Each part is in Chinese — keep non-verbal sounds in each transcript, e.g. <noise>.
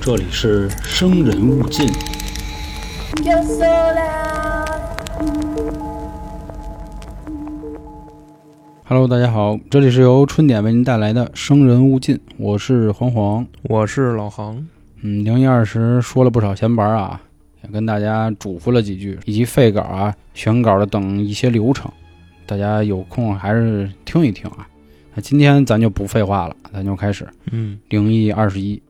这里是生人勿近。 Yo sola, Hello，大家好，这里是由春点为您带来的《生人勿近》，我是黄黄。我是老航，嗯，零一二十说了不少闲白儿啊，也跟大家嘱咐了几句，以及废稿啊、选稿的等一些流程，大家有空还是听一听啊。那今天咱就不废话了，咱就开始。嗯，零一二十一。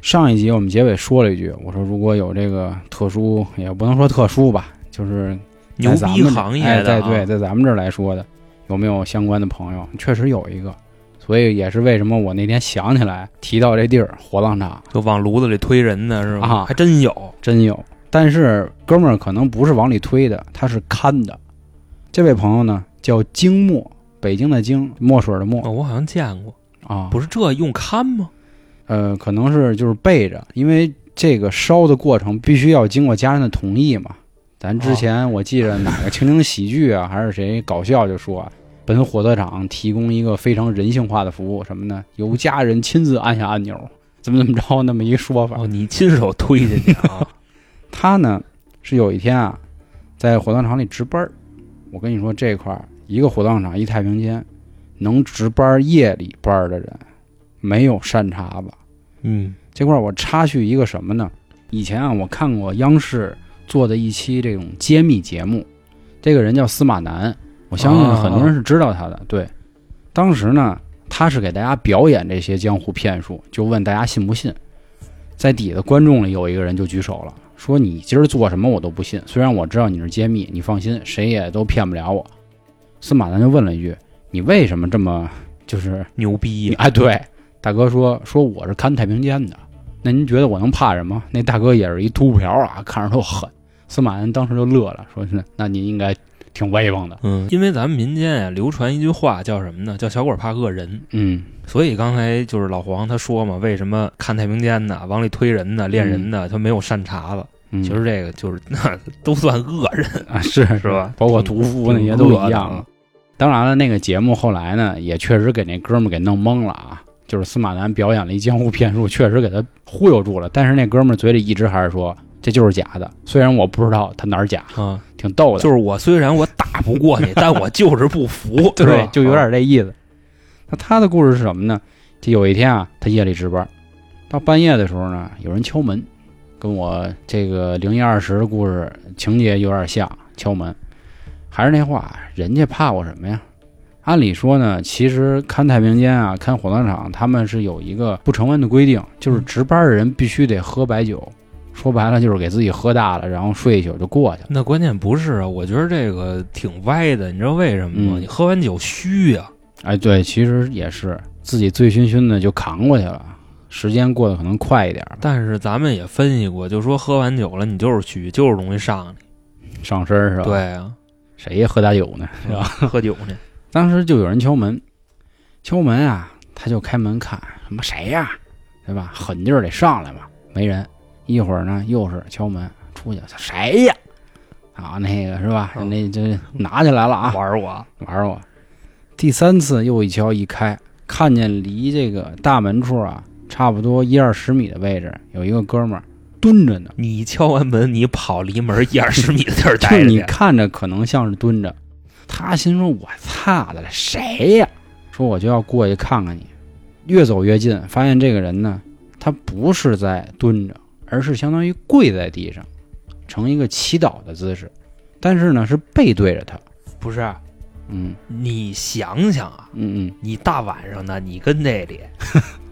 上一集我们结尾说了一句，我说如果有这个特殊，也不能说特殊吧，就是牛在咱逼们行业哎，的、在啊对，在咱们这儿来说的，有没有相关的朋友？确实有一个，所以也是为什么我那天想起来提到这地儿火葬场，就往炉子里推人呢，是吧？啊还真有，真有。但是哥们儿可能不是往里推的，他是看的。这位朋友呢叫京墨，北京的京，墨水的墨哦，我好像见过，啊，不是这用看吗？呃，可能是就是背着，因为这个烧的过程必须要经过家人的同意嘛。咱之前我记着哪个情景喜剧啊，还是谁搞笑就说、啊，本火葬场提供一个非常人性化的服务，什么呢？由家人亲自按下按钮，怎么怎么着那么一说法。哦，你亲手推进去啊？他呢是有一天啊，在火葬场里值班儿。我跟你说这块儿，一个火葬场一太平间，能值班儿夜里班儿的人，没有善茬子。 <laughs> 嗯，这块儿我插叙一个什么呢？以前啊，我看过央视做的一期这种揭秘节目，这个人叫司马南，我相信很多人是知道他的。对，当时呢，他是给大家表演这些江湖骗术，就问大家信不信。在底下观众里有一个人就举手了，说你今儿做什么我都不信，虽然我知道你是揭秘，你放心，谁也都骗不了我。司马南就问了一句：“你为什么这么就是牛逼、哎，对，大哥说说我是看太平间的，那您觉得我能怕什么？那大哥也是一秃瓢啊，看着都狠。司马恩当时就乐了，说是那您应该挺威风的。嗯，因为咱们民间啊流传一句话叫什么呢？叫小鬼怕恶人。嗯，所以刚才就是老黄他说嘛，为什么看太平间呢，往里推人呢，练人呢，他没有善茬子？嗯其实这个就是 <laughs> 那都算恶人，啊是是吧嗯包括挺屠夫那挺些都恶一的样啊了。当然了，那个节目后来呢，也确实给那哥们儿给弄懵了啊。就是司马南表演了一江湖骗术，确实给他忽悠住了。但是那哥们儿嘴里一直还是说这就是假的，虽然我不知道他哪儿假，啊。挺逗的就。是我虽然我打不过 <laughs> 你，但我就是不服，是对吧，啊就有点这意思。那他的故事是什么呢？就有一天啊，他夜里值班，到半夜的时候呢，有人敲门，跟我这个零一二十的故事情节有点像。敲门，还是那话，人家怕我什么呀？按理说呢，其实看太平间啊，看火葬场，他们是有一个不成文的规定，嗯就是值班的人必须得喝白酒。说白了就是给自己喝大了，然后睡一宿就过去了。那关键不是啊，我觉得这个挺歪的，你知道为什么吗？嗯你喝完酒虚啊呀、哎，对，其实也是自己醉醺醺的就扛过去了，时间过得可能快一点儿，但是咱们也分析过，就说喝完酒了你就是虚，就是容易上你。上身儿是吧？，对啊，谁喝大酒呢？是吧？喝酒呢，当时就有人敲门，敲门啊，他就开门看，什么谁呀、对吧？狠劲儿得上来嘛，没人。一会儿呢，又是敲门出去，谁呀、啊？那个是吧？嗯那这拿起来了啊，玩我。玩我。第三次又一敲一开，看见离这个大门处啊，差不多一二十米的位置，有一个哥们儿蹲着呢。你敲完门，你跑离门一二十米的地儿就是待着你 <laughs> 去。看着可能像是蹲着，他心说：“我擦的，谁呀、说我就要过去看看你。越走越近，发现这个人呢，他不是在蹲着，而是相当于跪在地上，呈一个祈祷的姿势，但是呢是背对着他。 <laughs> 不是，啊嗯你想想啊，嗯你大晚上的，你跟这 <laughs> 里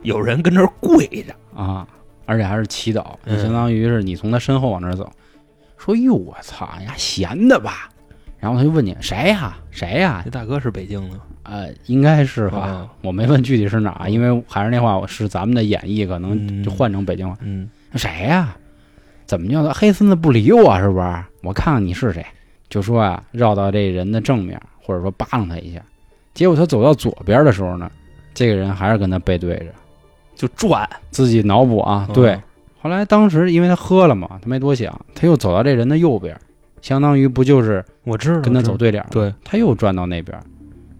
有人跟这儿跪着，嗯啊，而且还是祈祷，就嗯相当于是你从他身后往那儿走。说：“哟，我操，你还闲的吧？”然后他就问你：“谁呀、谁呀、这大哥是北京的，呃，应该是吧？嗯我没问具体是哪儿，啊因为还是那话，我是咱们的演绎，可能嗯就换成北京话。嗯，谁呀、怎么叫他黑孙子不理我啊是不是？我看看你是谁。就说啊，绕到这人的正面，或者说扒拉他一下。结果他走到左边的时候呢，这个人还是跟他背对着，就转。自己脑补啊。嗯对，后来当时因为他喝了嘛，他没多想，他又走到这人的右边，相当于不就是我知道，跟他我知走道对脸儿吗对，他又转到那边儿，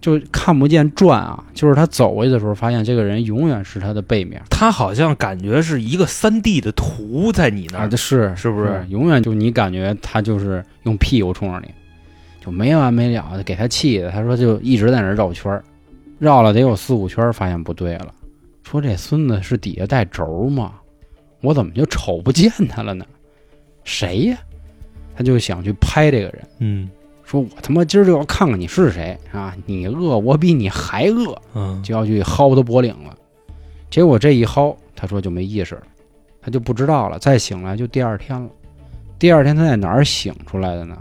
就看不见转啊，就是他走过去的时候，发现这个人永远是他的背面他好像感觉是一个三 D 的图在你那啊，儿，这是是不是永远就你感觉他就是用屁股冲着你，就没完没了的，给他气的。他说就一直在那儿绕圈儿，绕了得有四五圈儿，发现不对了，说这孙子是底下带轴吗？我怎么就瞅不见他了呢？谁呀？他就想去拍这个人，嗯说我他妈今儿就要看看你是谁啊！你饿，我比你还饿。嗯，就要去薅他脖领了。结果这一薅，他说就没意识了，他就不知道了。再醒来就第二天了。第二天他在哪儿醒出来的呢？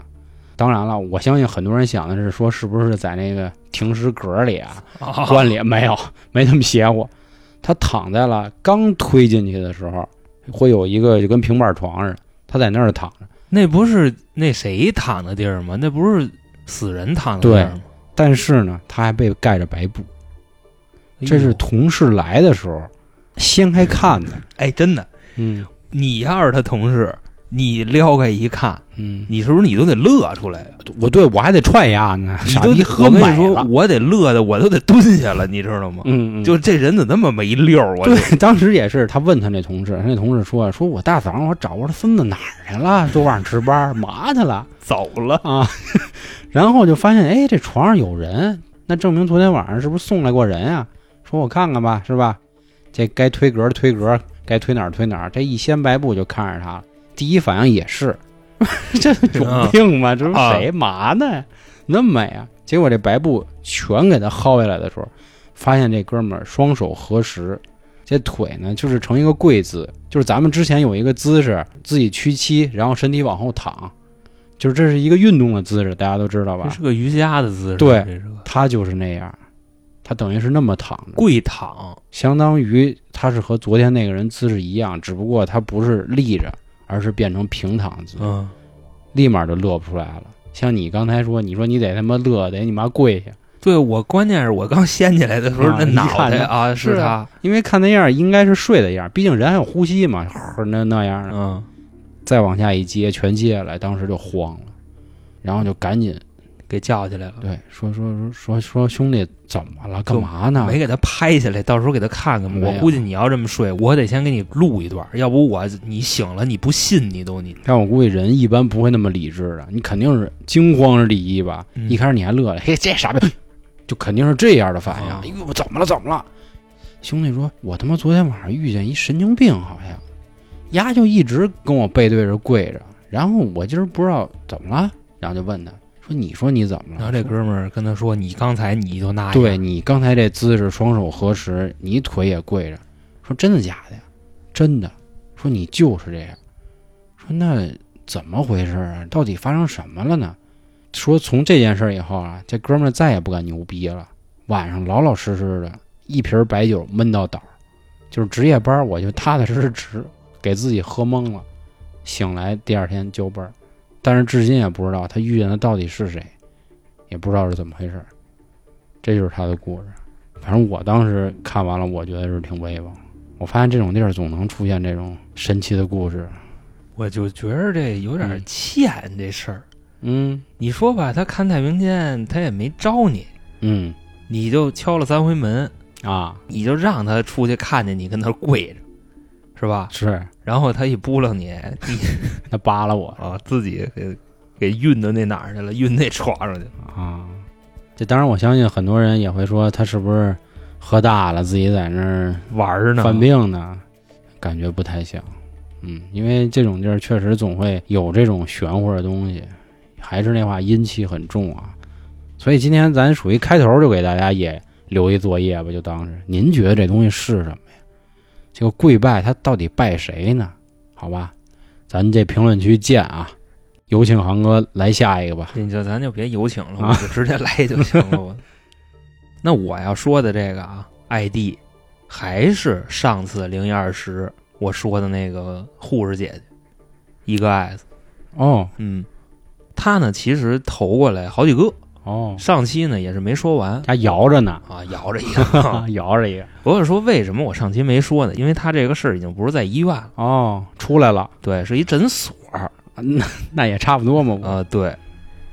当然了，我相信很多人想的是说，是不是在那个停尸格里啊、啊关里？没有，没那么邪乎。他躺在了刚推进去的时候，会有一个就跟平板床似的，他在那儿躺着。那不是那谁躺的地儿吗？那不是死人躺的地对儿吗？但是呢，他还被盖着白布。哎呦这是同事来的时候掀开看的。哎，真的，嗯你要是他同事，你撩开一看，嗯，你是不是你都得乐出来呀？我对我还得踹丫呢，你傻都逼我喝跟买你说，了，我得乐的，我都得蹲下了，你知道吗？嗯，嗯就这人怎么那么没溜儿？我就对，当时也是，他问他那同事，他那同事说，说我大早上我找着他孙子哪儿去了，昨晚上值班嘛去了走了。啊， <laughs> 然后就发现哎这床上有人，那证明昨天晚上是不是送来过人啊？说我看看吧，是吧？这该推格儿推格儿，该推哪儿推哪儿，这一掀白布就看着他了，第一反应也是， <laughs> 这嗯有病吗？这不啊是谁嘛呢？那么美啊！结果这白布全给他薅下来的时候，发现这哥们儿双手合十，这腿呢就是成一个跪姿，就是咱们之前有一个姿势，自己屈膝，然后身体往后躺，就是这是一个运动的姿势，大家都知道这吧？是个瑜伽的姿势，对这是个他就是那样，他等于是那么躺着，跪躺。相当于他是和昨天那个人姿势一样，只不过他不是立着，而是变成平躺姿，嗯，立马就乐不出来了。像你刚才说，你说你得他妈乐，得你妈跪下，对我关键是我刚掀起来的时候，啊那一脑看袋他啊是他啊，因为看那样应该是睡的样，毕竟人还有呼吸嘛，那那样的。嗯，再往下一接，全接下来，当时就慌了，然后就赶紧给叫起来了，对说说说说说兄弟怎么了？干嘛呢？没给他拍下来，到时候给他看看吧。没有我估计你要这么睡，我得先给你录一段，要不我你醒了你不信你都你但我估计人一般不会那么理智的，你肯定是惊慌是第一吧？嗯一开始你还乐了，嘿，这傻逼，就肯定是这样的反应。啊哎呦，我怎么了？怎么了？兄弟说，我他妈昨天晚上遇见一神经病，好像，丫就一直跟我背对着跪着，然后我今儿不知道怎么了，然后就问他说，你说你怎么了？然后这说哥们儿跟他说：“你刚才你就那样，对你刚才这姿势，双手合十，你腿也跪着。说真的假的呀？真的。说你就是这样。说那怎么回事啊？到底发生什么了呢？说从这件事儿以后啊，这哥们儿再也不敢牛逼了。晚上老老实实的，一瓶白酒闷到倒，就是值夜班，我就踏踏实实值，给自己喝懵了。醒来第二天交班儿，但是至今也不知道他遇见的到底是谁，也不知道是怎么回事儿。这就是他的故事。反正我当时看完了，我觉得是挺威风。我发现这种地儿总能出现这种神奇的故事。我就觉着这有点欠这事儿。嗯你说吧，他看太平间，他也没招你，嗯你就敲了三回门，啊，你就让他出去看见你跟那儿跪着，是吧？是然后他一拨楞你，你他扒拉我啊自己给给运到那哪儿去了？运那床上去了。啊。这当然，我相信很多人也会说他是不是喝大了，自己在那儿玩儿呢，犯病呢？感觉不太像。嗯，因为这种地儿确实总会有这种玄乎的东西。还是那话，阴气很重啊。所以今天咱属于开头就给大家也留一作业吧，就当是您觉得这东西是什么呀？这个跪拜他到底拜谁呢？好吧，咱这评论区见啊！有请航哥来下一个吧。你就咱就别有请了，啊我就直接来就行了。我那我要说的这个啊，ID 还是上次零一二十我说的那个护士姐姐，一个 S，哦嗯，她呢其实投过来好几个，哦，上期呢也是没说完还摇着呢，。啊，摇着一个 <laughs> 摇着一个。我是说为什么我上期没说呢？因为她这个事儿已经不是在医院了，哦，出来了，对，是一诊所啊、啊那那也差不多嘛。呃对。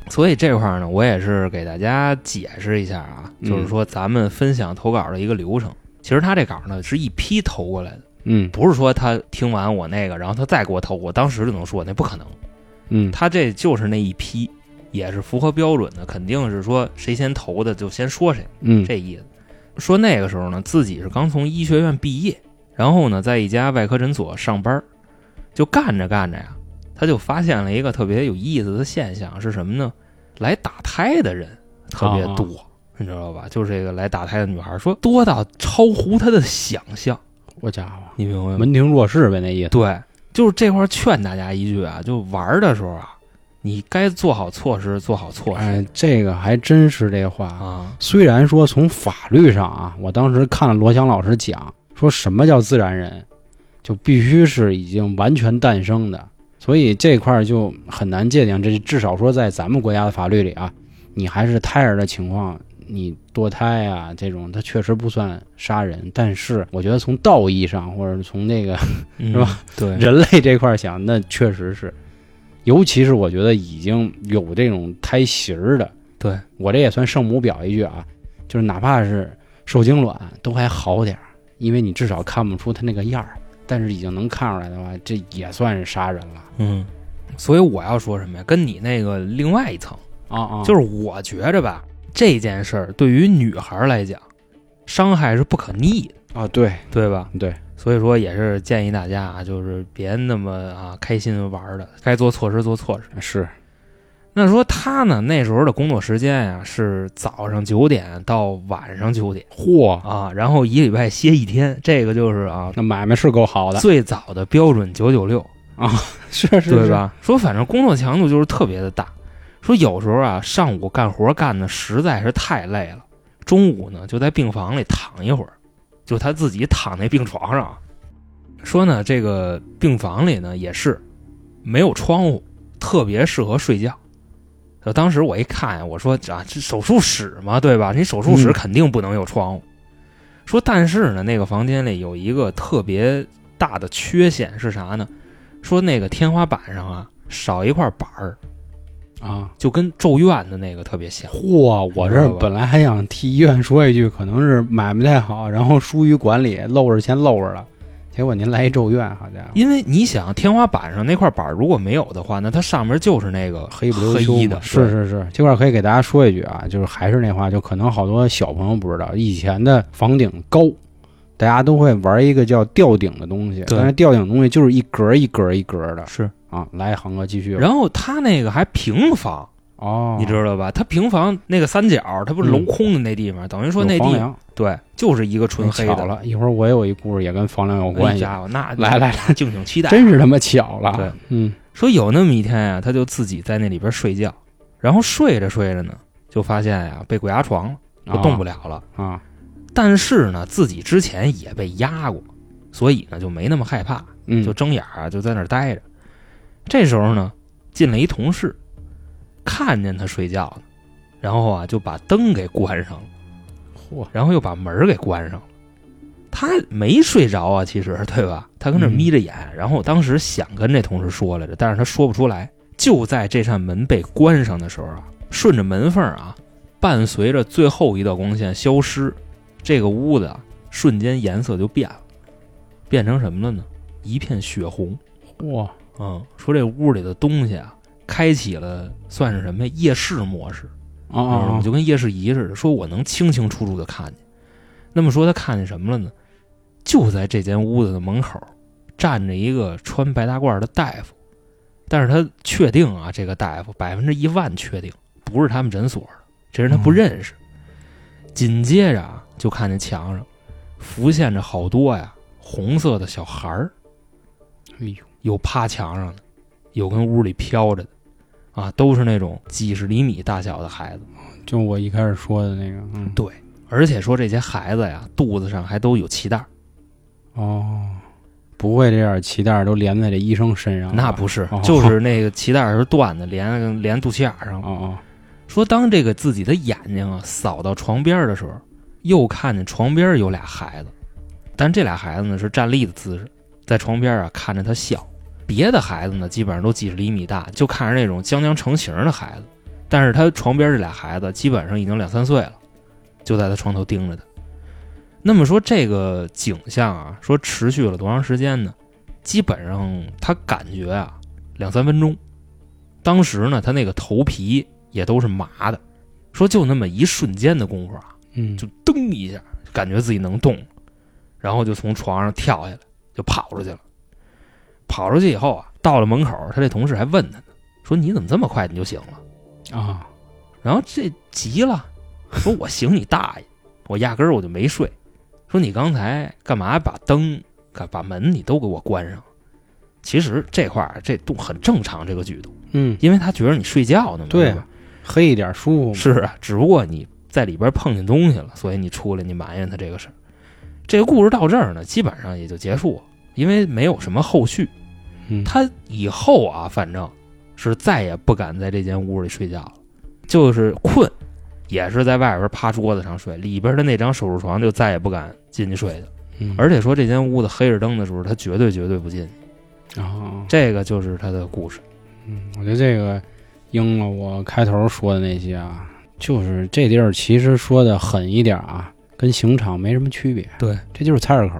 所以这块儿呢，我也是给大家解释一下啊，嗯就是说咱们分享投稿的一个流程。其实他这稿呢是一批投过来的，嗯不是说他听完我那个，然后他再给我投，我当时就能说那不可能。嗯，他这就是那一批，也是符合标准的，肯定是说谁先投的就先说谁，嗯这意思。说那个时候呢，自己是刚从医学院毕业，然后呢，在一家外科诊所上班儿，就干着干着呀，他就发现了一个特别有意思的现象是什么呢？来打胎的人特啊别多，你知道吧？就是这个来打胎的女孩说多到超乎她的想象，我家伙，你明白吗？门庭若市呗，那意思。对，就是这块儿劝大家一句啊，就玩儿的时候啊，你该做好措施，做好措施、哎，这个还真是这话。啊。虽然说从法律上啊，我当时看了罗翔老师讲，说什么叫自然人，就必须是已经完全诞生的，所以这块儿就很难界定。这至少说在咱们国家的法律里啊，你还是胎儿的情况，你堕胎啊这种，它确实不算杀人。但是我觉得从道义上，或者是从那个是是吧？嗯对，人类这块儿想，那确实是，尤其是我觉得已经有这种胎形儿的，对我这也算圣母表一句啊，就是哪怕是受精卵都还好点儿，因为你至少看不出它那个样儿，但是已经能看出来的话，这也算是杀人了嗯。所以我要说什么呀？跟你那个另外一层，啊啊！就是是我觉着吧，这件事儿对于女孩儿来讲，伤害是不可逆的，啊，对对吧？对，所以说也是建议大家啊，就是别那么啊开心玩儿的，该做措施做措施。是，那说他呢，那时候的工作时间呀、是早上九点到晚上九点。嚯，啊，然后一礼拜歇一天，这个就是啊，那买卖是够好的，最早的标准九九六， <laughs> 是是对是？吧？说反正工作强度就是特别的大，说有时候啊，上午干活干的实在是太累了，中午呢就在病房里躺一会儿，就他自己躺那病床上啊。说呢，这个病房里呢也是没有窗户，特别适合睡觉。就当时我一看呀，我说啊，这手术室嘛，对吧？你手术室嗯肯定不能有窗户。说但是呢，那个房间里有一个特别大的缺陷是啥呢？说那个天花板上啊少一块板儿，啊，就跟《咒怨》的那个特别像。嚯！我知道这吧本来还想替医院说一句，可能是买卖太好，然后疏于管理，漏着先漏着了，结果您来一咒怨，好家伙！因为你想，天花板上那块板儿如果没有的话，那它上面就是那个黑不溜黑秋衣嘛的，是是是，这块儿可以给大家说一句啊，就是还是那话，就可能好多小朋友不知道，以前的房顶高，大家都会玩一个叫吊顶的东西，对但是吊顶东西就是一格一格一格的是。啊。来，航哥继续。然后它那个还平房，哦，你知道吧？它平房那个三角，它不是镂空的那地方，等于说那嗯有房地梁哎对，就是一个纯黑巧的。了，一会儿我有一故事也跟房梁有哎关系，家伙，那来来，那敬请期待。真是他妈巧了。对，嗯说有那么一天呀、他就自己在那里边睡觉，然后睡着睡着呢，就发现呀、被鬼压床了，就动不了了。啊，但是呢，自己之前也被压过，所以呢就没那么害怕，嗯，就睁眼儿啊就在那儿待着。这时候呢，进来一同事，看见他睡觉呢，然后啊就把灯给关上了，嚯，然后又把门儿给关上了。他没睡着啊，其实对吧？他跟那儿嗯眯着眼，然后我当时想跟这同事说来着，但是他说不出来。就在这扇门被关上的时候啊，顺着门缝儿啊，伴随着最后一道光线消失，这个屋子啊瞬间颜色就变了，变成什么了呢？一片血红。嚯，嗯，说这屋里的东西啊，开启了算是什么呀？夜视模式，啊啊我啊就跟夜视仪似的，说我能清清楚楚的看见。那么说他看见什么了呢？就在这间屋子的门口，站着一个穿白大褂的大夫，但是他确定啊，这个大夫百分之一万确定不是他们诊所的，这人他哦不认识。紧接着啊，就看见墙上浮现着好多呀红色的小孩儿，哎呦，有趴墙上的，有跟屋里飘着的，啊，都是那种几十厘米大小的孩子。就我一开始说的那个，嗯，对，而且说这些孩子呀，肚子上还都有脐带儿，哦。不会，这点脐带儿都连在这医生身上了吧？那不是哦，就是那个脐带儿是断的，连连肚脐眼儿上了。哦说当这个自己的眼睛啊扫到床边儿的时候，又看见床边儿有俩孩子，但这俩孩子呢是站立的姿势，在床边儿啊看着他笑。别的孩子呢，基本上都几十厘米大，就看着那种将将成型儿的孩子，但是他床边这俩孩子基本上已经两三岁了，就在他床头盯着他。那么说这个景象啊，说持续了多长时间呢？基本上他感觉啊两三分钟。当时呢，他那个头皮也都是麻的，说就那么一瞬间的功夫啊，嗯，就噔一下，感觉自己能动了，然后就从床上跳下来，就跑出去了。跑出去以后啊，到了门口，他这同事还问他呢，说你怎么这么快你就醒了？啊，然后这急了，说我醒你大爷， <laughs> 我压根儿我就没睡。说你刚才干嘛把灯、干把门你都给我关上？其实这块儿这动很正常，这个举动，嗯，因为他觉得你睡觉呢嘛，对啊是吧？黑一点舒服嘛，是啊，只不过你在里边碰见东西了，所以你出来你埋怨他这个事儿。这个故事到这儿呢，基本上也就结束了，因为没有什么后续。嗯，他以后啊，反正是再也不敢在这间屋里睡觉了，就是困，也是在外边趴桌子上睡，里边的那张手术床就再也不敢进去睡去了。嗯而且说这间屋子黑着灯的时候，他绝对绝对不进去。啊，这个就是他的故事。嗯，我觉得这个应了我开头说的那些啊，就是这地儿其实说的狠一点啊，跟刑场没什么区别。对，这就是菜市口，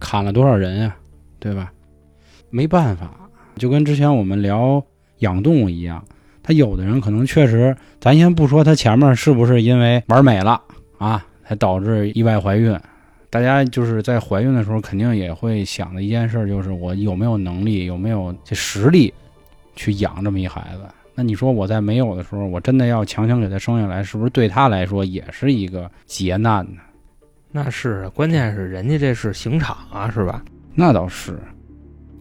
砍了多少人呀、对吧？没办法，就跟之前我们聊养动物一样，他有的人可能确实，咱先不说他前面是不是因为玩美了啊，才导致意外怀孕。大家就是在怀孕的时候，肯定也会想的一件事儿就是我有没有能力，有没有这实力去养这么一孩子。那你说我在没有的时候，我真的要强行给他生下来，是不是对他来说也是一个劫难呢？那是啊关键是人家这是刑场啊，是吧？那倒是，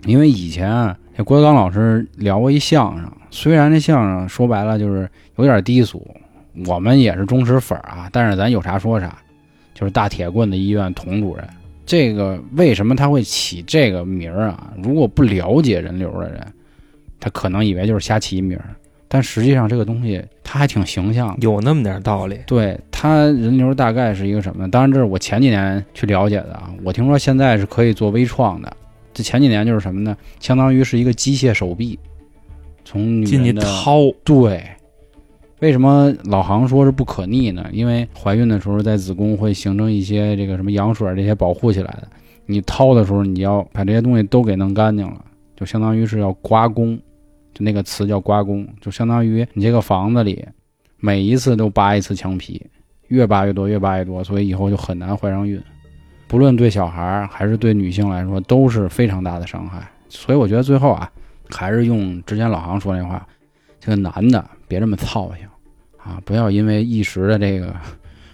因为以前啊这郭德纲老师聊过一相声，虽然这相声说白了就是有点低俗，我们也是忠实粉儿啊，但是咱有啥说啥，就是大铁棍子医院童主任。这个为什么他会起这个名儿啊？如果不了解人流的人，他可能以为就是瞎起一名儿，但实际上这个东西它还挺形象的。有那么点道理。对它人流大概是一个什么呢？当然，这是我前几年去了解的啊。我听说现在是可以做微创的，这前几年就是什么呢？相当于是一个机械手臂，从女进去人的掏，对。为什么老行说是不可逆呢？因为怀孕的时候在子宫会形成一些这个什么羊水啊这些保护起来的，你掏的时候你要把这些东西都给弄干净了，就相当于是要刮宫，就那个词叫刮宫，就相当于你这个房子里每一次都扒一次墙皮，越扒越多，越扒越多，所以以后就很难怀上孕。不论对小孩儿还是对女性来说，都是非常大的伤害。所以我觉得最后啊，还是用之前老行说那话，这个男的别这么操性啊，不要因为一时的这个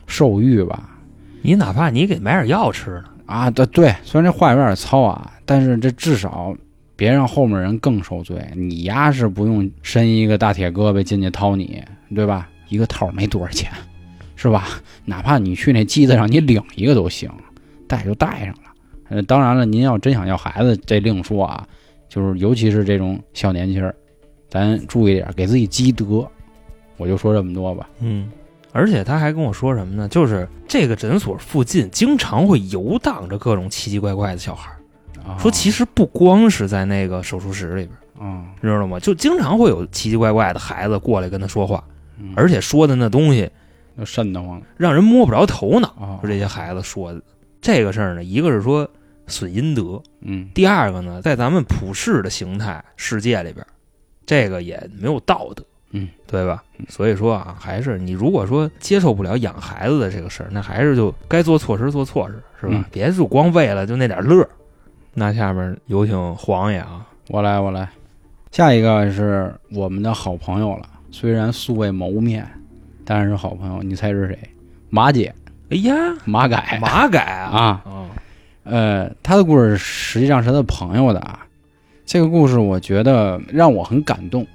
兽欲吧，你哪怕你给买点药吃呢，啊，对对，虽然这话有点糙啊，但是这至少别让后面人更受罪。你丫是不用伸一个大铁胳膊进去掏你，对吧？一个套没多少钱，是吧？哪怕你去那机子上你领一个都行，带就带上了。呃，当然了，您要真想要孩子，这另说啊。就是尤其是这种小年轻儿，咱注意点儿，给自己积德。我就说这么多吧。嗯，而且他还跟我说什么呢？就是这个诊所附近经常会游荡着各种奇奇怪怪的小孩儿。啊、说其实不光是在那个手术室里边，啊，你知道吗？就经常会有奇奇怪怪的孩子过来跟他说话，嗯而且说的那东西就瘆得慌了让人摸不着头脑。啊说。这些孩子说的这个事儿呢，一个是说损阴德，嗯第二个呢，在咱们普世的形态世界里边，这个也没有道德，嗯，对吧？所以说啊，还是你如果说接受不了养孩子的这个事儿，那还是就该做措施做措施，是吧？嗯别就光为了就那点乐儿。那下面有请黄爷啊，我来，我来。下一个是我们的好朋友了，虽然素未谋面，但是好朋友。你猜是谁？马姐，哎呀，马改马改啊，啊。啊，呃，他的故事实际上是他的朋友的啊。这个故事我觉得让我很感动，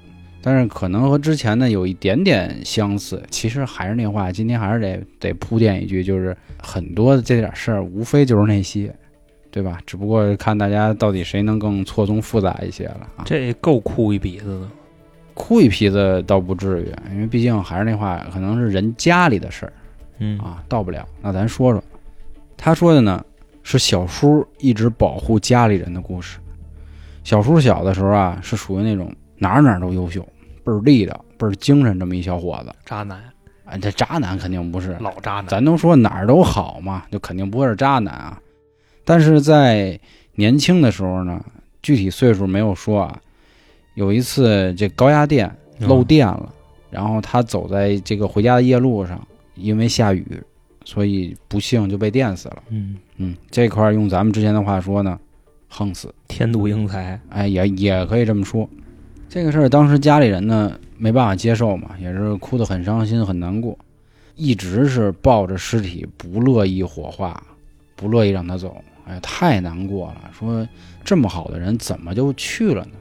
但是可能和之前呢有一点点相似。其实还是那话，今天还是得得铺垫一句，就是很多的这点事儿，无非就是那些，对吧？只不过看大家到底谁能更错综复杂一些了啊。这够哭一鼻子的。哭一鼻子倒不至于，因为毕竟还是那话，可能是人家里的事儿嗯啊，到不了。那咱说说，他说的呢是小叔一直保护家里人的故事。小叔小的时候啊，是属于那种哪儿哪儿都优秀，倍儿地道，倍倍儿精神这么一小伙子。渣男，哎，这渣男肯定不是，老渣男，咱都说哪儿都好嘛，就肯定不会是渣男啊。但是在年轻的时候呢，具体岁数没有说啊。有一次这高压电漏电了，然后他走在这个回家的夜路上，因为下雨，所以不幸就被电死了。嗯，嗯，这块儿用咱们之前的话说呢，横死，天妒英才，哎，也也可以这么说。这个事儿当时家里人呢没办法接受嘛，也是哭得很伤心很难过，一直是抱着尸体不乐意火化，不乐意让他走，哎，太难过了。说这么好的人怎么就去了呢？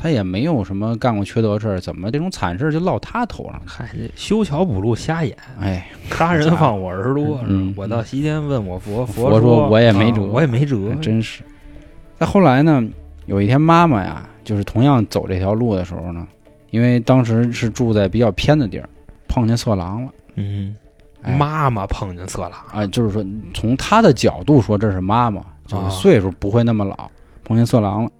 他也没有什么干过缺德事儿，怎么这种惨事儿就落他头上？嗨，这修桥补路瞎眼，哎，杀人放火耳朵，嗯我到西天问我佛，佛佛说我也没辙啊我也没辙还，真是。再后来呢，有一天妈妈呀，就是同样走这条路的时候呢，因为当时是住在比较偏的地儿，碰见色狼了。嗯，哎妈妈碰见色狼，啊，就是说从他的角度说，这是妈妈，就是岁数不会那么老，碰见色狼了。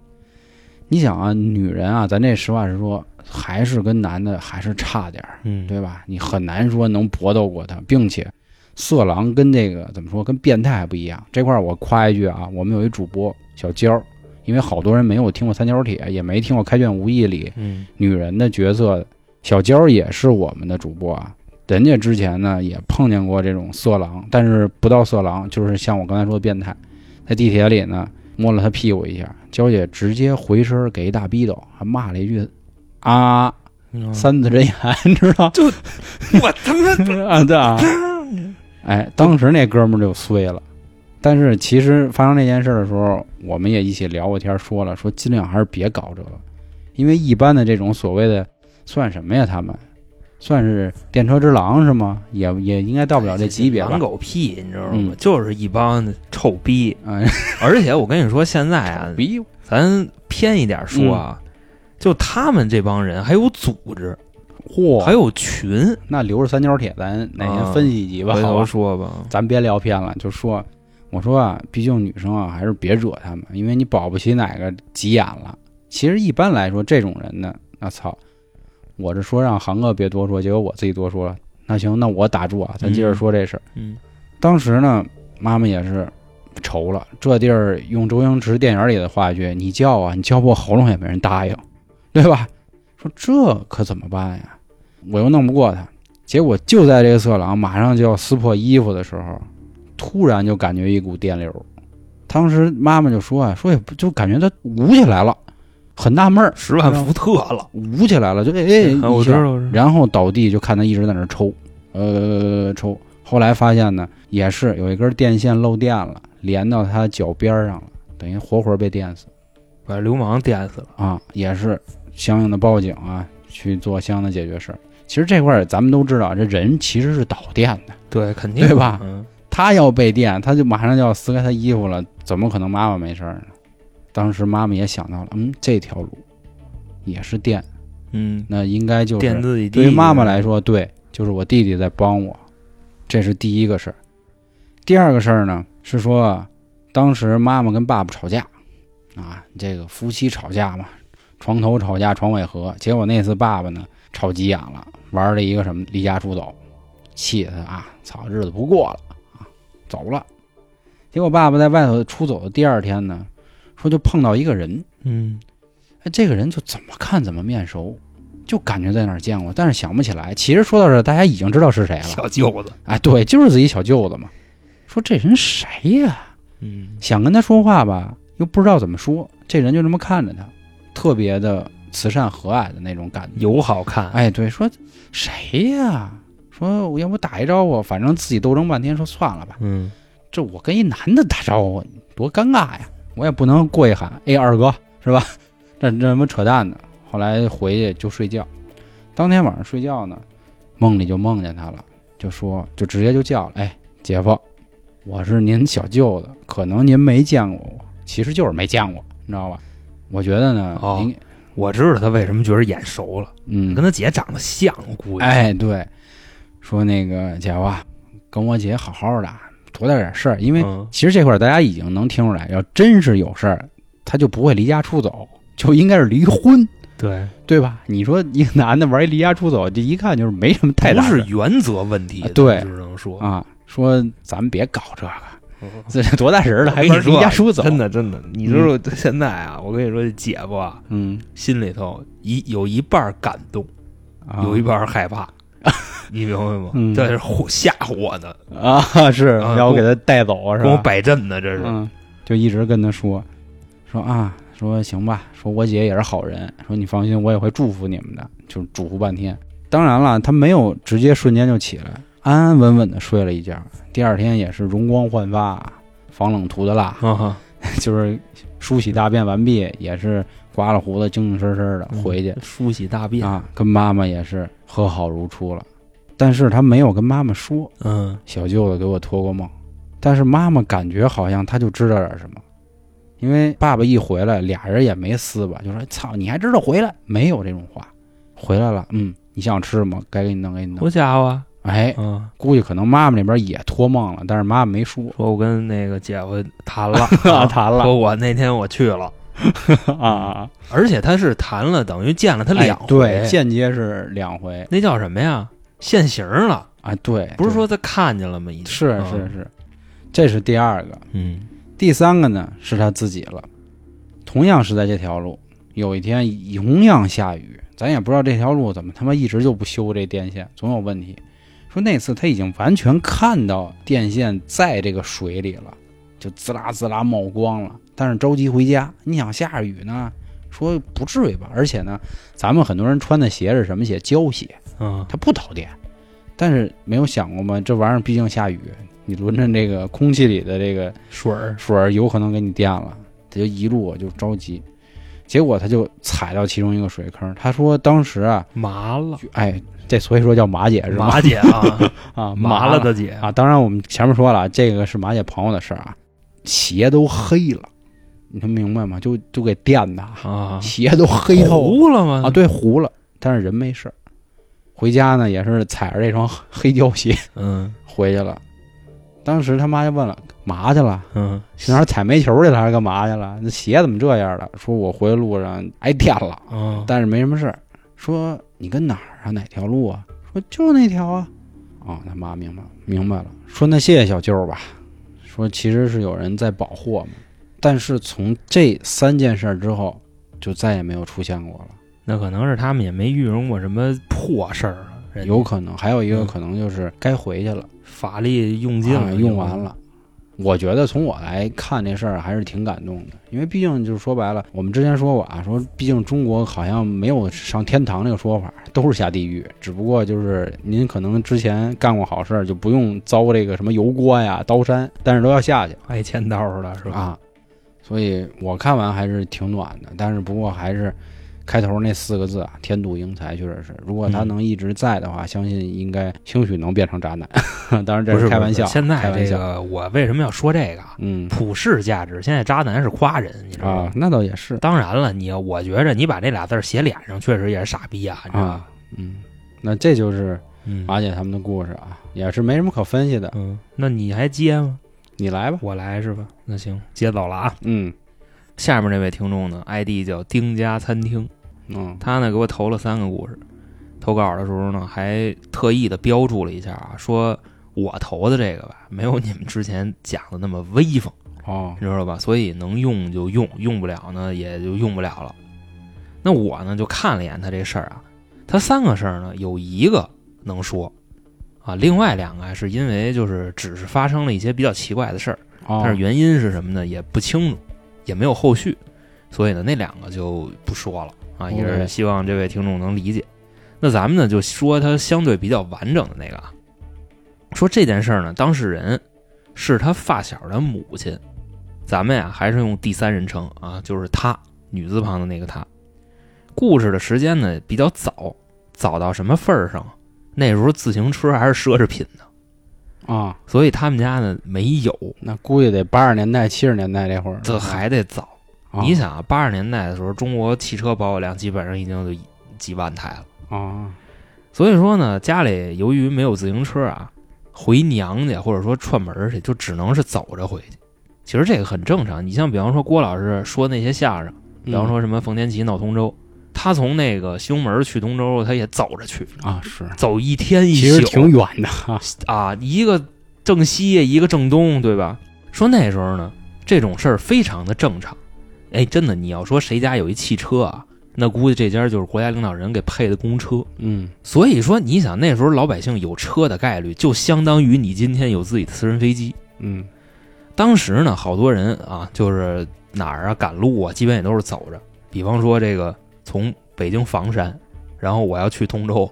你想啊，女人啊，咱这实话实说，还是跟男的还是差点儿，嗯，对吧？你很难说能搏斗过他，并且色狼跟这个怎么说，跟变态还不一样。这块儿我夸一句啊，我们有一主播小娇儿，因为好多人没有听过《三角铁》，也没听过《开卷无益》里嗯，女人的角色，小娇儿也是我们的主播啊。人家之前呢也碰见过这种色狼，但是不到色狼，就是像我刚才说的变态，在地铁里呢摸了他屁股一下，娇姐直接回身给一大逼斗，还骂了一句啊嗯，三字真言， <laughs> 你知道？我他妈， <laughs> 啊，对啊，哎，当时那哥们儿就衰了。但是其实发生这件事儿的时候，我们也一起聊过天儿，说了说尽量还是别搞这个，因为一般的这种所谓的算什么呀？他们算是电车之狼是吗？也也应该到不了这级别吧哎狼？狗屁，你知道吗嗯？就是一帮臭逼，嗯，而且我跟你说，现在啊， <laughs> 逼嗯咱偏一点说啊，就他们这帮人还有组织，还 <laughs> 嚯！有群，那留着三角铁，咱哪天分析一集吧？回好头吧啊说吧。咱别聊偏了，就说，我说啊，毕竟女生啊，还是别惹他们，因为你保不齐哪个急眼了。其实一般来说，这种人呢，那操，我这说让航哥别多说，结果我自己多说了。那行，那我打住啊，咱接着说这事儿。嗯，当时呢，妈妈也是愁了，这地儿用周星驰电影里的话剧，你叫啊，你叫破喉咙也没人答应，对吧？说这可怎么办呀？我又弄不过他。结果就在这个色狼马上就要撕破衣服的时候，突然就感觉一股电流。当时妈妈就说啊，说也不就感觉他捂起来了，很纳闷儿，十万伏特了，捂起来了，就哎哎，啊我嗯一知下道，我知道然后倒地就看他一直在那儿抽，呃，抽。后来发现呢，也是有一根电线漏电了，连到他脚边儿上了，等于活活被电死把流氓电死了。啊！也是相应的报警啊，去做相应的解决事儿。其实这块儿咱们都知道，这人其实是导电的，对，肯定对吧嗯，他要被电，他就马上就要撕开他衣服了，怎么可能妈妈没事儿呢？当时妈妈也想到了，嗯，这条路也是电，嗯，那应该就是电自己弟对于妈妈来说，对，就是我弟弟在帮我，这是第一个事儿。第二个事儿呢，是说啊当时妈妈跟爸爸吵架，啊，这个夫妻吵架嘛，床头吵架床尾和。结果那次爸爸呢，吵急眼了，玩了一个什么离家出走，气得他啊，操，日子不过了啊，走了。结果爸爸在外头出走的第二天呢，说就碰到一个人，嗯，哎，这个人就怎么看怎么面熟，就感觉在哪儿见过，但是想不起来。其实说到这儿，大家已经知道是谁了。小舅子，哎，对，就是自己小舅子嘛。说这人谁呀、嗯，想跟他说话吧，又不知道怎么说。这人就这么看着他，特别的慈善和蔼的那种感觉。友好看，哎，对，说谁呀、说我要不打一招呼，反正自己斗争半天，说算了吧。嗯，这我跟一男的打招呼，多尴尬呀！我也不能过去喊“哎，二哥”是吧？ <laughs> 这这什么扯淡呢？后来回去就睡觉，当天晚上睡觉呢，梦里就梦见他了，就说就直接就叫了：“哎，姐夫，我是您小舅子，可能您没见过我，其实就是没见过，你知道吧？我觉得呢，哦您我知道他为什么觉得眼熟了，嗯，跟他姐长得像，我估计。哎，对，说那个姐夫啊，跟我姐好好的，多大点事儿，因为嗯其实这块儿大家已经能听出来，要真是有事儿，他就不会离家出走，就应该是离婚。对，对吧？你说一个男的玩一离家出走，这一看就是没什么太不大事是原则问题，啊对咱们只能说，啊。说咱们别搞这个，这多大人了还我离跟你说啊家出走？嗯真，的真的，你就是现在啊，我跟你说，这姐夫啊，嗯，心里头一有一半儿感动，啊有一半儿害怕， <laughs> 你明白吗？嗯这是唬吓唬我呢，啊是啊要给他带走是跟我吧？摆阵呢，这是。嗯，就一直跟他说说啊，说行吧，说我姐也是好人，说你放心，我也会祝福你们的，就是嘱咐半天。当然了，他没有直接瞬间就起来，安安稳稳的睡了一觉。第二天也是容光焕发，防冷涂的蜡， <laughs> 啊哈，就是梳洗大便完毕，也是刮了胡子，精精神神的嗯嗯回去、梳洗大便，啊，跟妈妈也是和好如初了。但是他没有跟妈妈说，嗯，小舅子给我托过梦，但是妈妈感觉好像他就知道点什么，因为爸爸一回来，俩人也没撕吧，就说操，你还知道回来？没有这种话，回来了，嗯，你想吃什么？该给你弄，给你弄。多家伙啊，哎，嗯，估计可能妈妈那边也托梦了，但是妈妈没 <laughs> 说，说我跟那个姐夫谈了 <laughs> 啊，谈了说我那天我去了，啊啊，而且他是谈了，等于见了他哎两回，对，间接是两回，那叫什么呀？现形了，啊，对，不是对说嗯他看见了吗？已经是是，是，这是第二个，嗯第三个呢是他自己了，同样是在这条路，有一天同样下雨，咱也不知道这条路怎么他妈一直就不修这电线，总有问题。说那次他已经完全看到电线在这个水里了，就滋啦滋啦冒光了，但是着急回家。你想下着雨呢，说不至于吧？而且呢，咱们很多人穿的鞋是什么鞋？胶鞋。嗯，它不导电。但是没有想过吗？这玩意儿毕竟下雨，你轮着这个空气里的这个水儿，水儿，有可能给你电了。他就一路就着急，结果他就踩到其中一个水坑。他说当时啊，麻了，哎，这所以说叫马姐是吧？麻姐 <laughs> 啊，啊，麻了的姐，啊！当然我们前面说了，这个是马姐朋友的事儿啊，鞋都黑了，你能明白吗？就就给电的，啊，鞋都黑透了。糊了吗？啊，，对，糊了，但是人没事儿。回家呢，也是踩着这双黑胶鞋 <laughs> 嗯回去了。当时他妈就问了，嘛去了？嗯，去哪儿踩煤球去了，还是干嘛去了？那鞋怎么这样了？说我回路上挨电了，嗯，但是没什么事儿。说你跟哪儿啊？哪条路啊？说就那条啊。哦，他妈明白了明白了。说那谢谢小舅儿吧。说其实是有人在保护我们，但是从这三件事儿之后，就再也没有出现过了。那可能是他们也没遇上过什么破事儿啊，人家有可能，还有一个嗯可能就是该回去了，法力用尽啊了，用完，了。我觉得从我来看这事儿还是挺感动的，因为毕竟就是说白了，我们之前说过啊，说毕竟中国好像没有上天堂这个说法，都是下地狱，只不过就是您可能之前干过好事儿，就不用遭这个什么油锅呀、刀山，但是都要下去挨千刀了是吧？啊。所以我看完还是挺暖的，但是不过还是开头那四个字啊，天妒英才确实是，如果他嗯能一直在的话，相信应该兴许能变成渣男。 <laughs> 当然这不是开玩笑，不是现开在玩这笑，个我为什么要说这个啊？嗯普世价值，现在渣男是夸人，你知道啊吗，？那倒也是当然了，你我觉着你把这俩字儿写脸上，确实也是傻逼啊，你知道吗啊？，嗯，那这就是嗯马姐他们的故事啊，也是没什么可分析的，嗯，那你还接吗？你来吧，我来是吧？那行，接走了啊。嗯下面这位听众呢，ID 叫丁家餐厅，嗯他呢给我投了三个故事，投稿的时候呢还特意的标注了一下啊，说我投的这个吧，没有你们之前讲的那么威风，哦你知道吧？所以能用就用，用不了呢也就用不了了。那我呢就看了一眼他这事儿啊，他三个事儿呢有一个能说啊，另外两个啊是因为就是只是发生了一些比较奇怪的事儿。哦，但是原因是什么呢？也不清楚，也没有后续，所以呢，那两个就不说了啊， OK 也是希望这位听众能理解。那咱们呢，就说他相对比较完整的那个啊，说这件事儿呢，当事人是他发小的母亲，咱们呀还是用第三人称啊，就是他，女字旁的那个他。故事的时间呢比较早，早到什么份儿上？啊那时候自行车还是奢侈品呢，啊，所以他们家呢没有，那估计得八十年代、七十年代这会儿，这还得早。啊你想啊，八十年代的时候，中国汽车保有量基本上已经就几万台了。啊所以说呢，家里由于没有自行车啊，回娘家或者说串门儿去，就只能是走着回去。其实这个很正常。你像比方说郭老师说那些相声，比比方说什么《冯天琪闹通州》他从那个西红门去东周，他也走着去，啊，是，走一天一其实宿，挺远 <laughs> 的啊。啊，一个正西，一个正东，对吧？说那时候呢，这种事儿非常的正常。哎，真的，你要说谁家有一汽车啊，那估计这家就是国家领导人给配的公车。嗯，所以说，你想那时候老百姓有车的概率，就相当于你今天有自己的私人飞机。嗯，当时呢，好多人啊，就是哪儿啊赶路啊，基本也都是走着。比方说这个从北京房山，然后我要去通州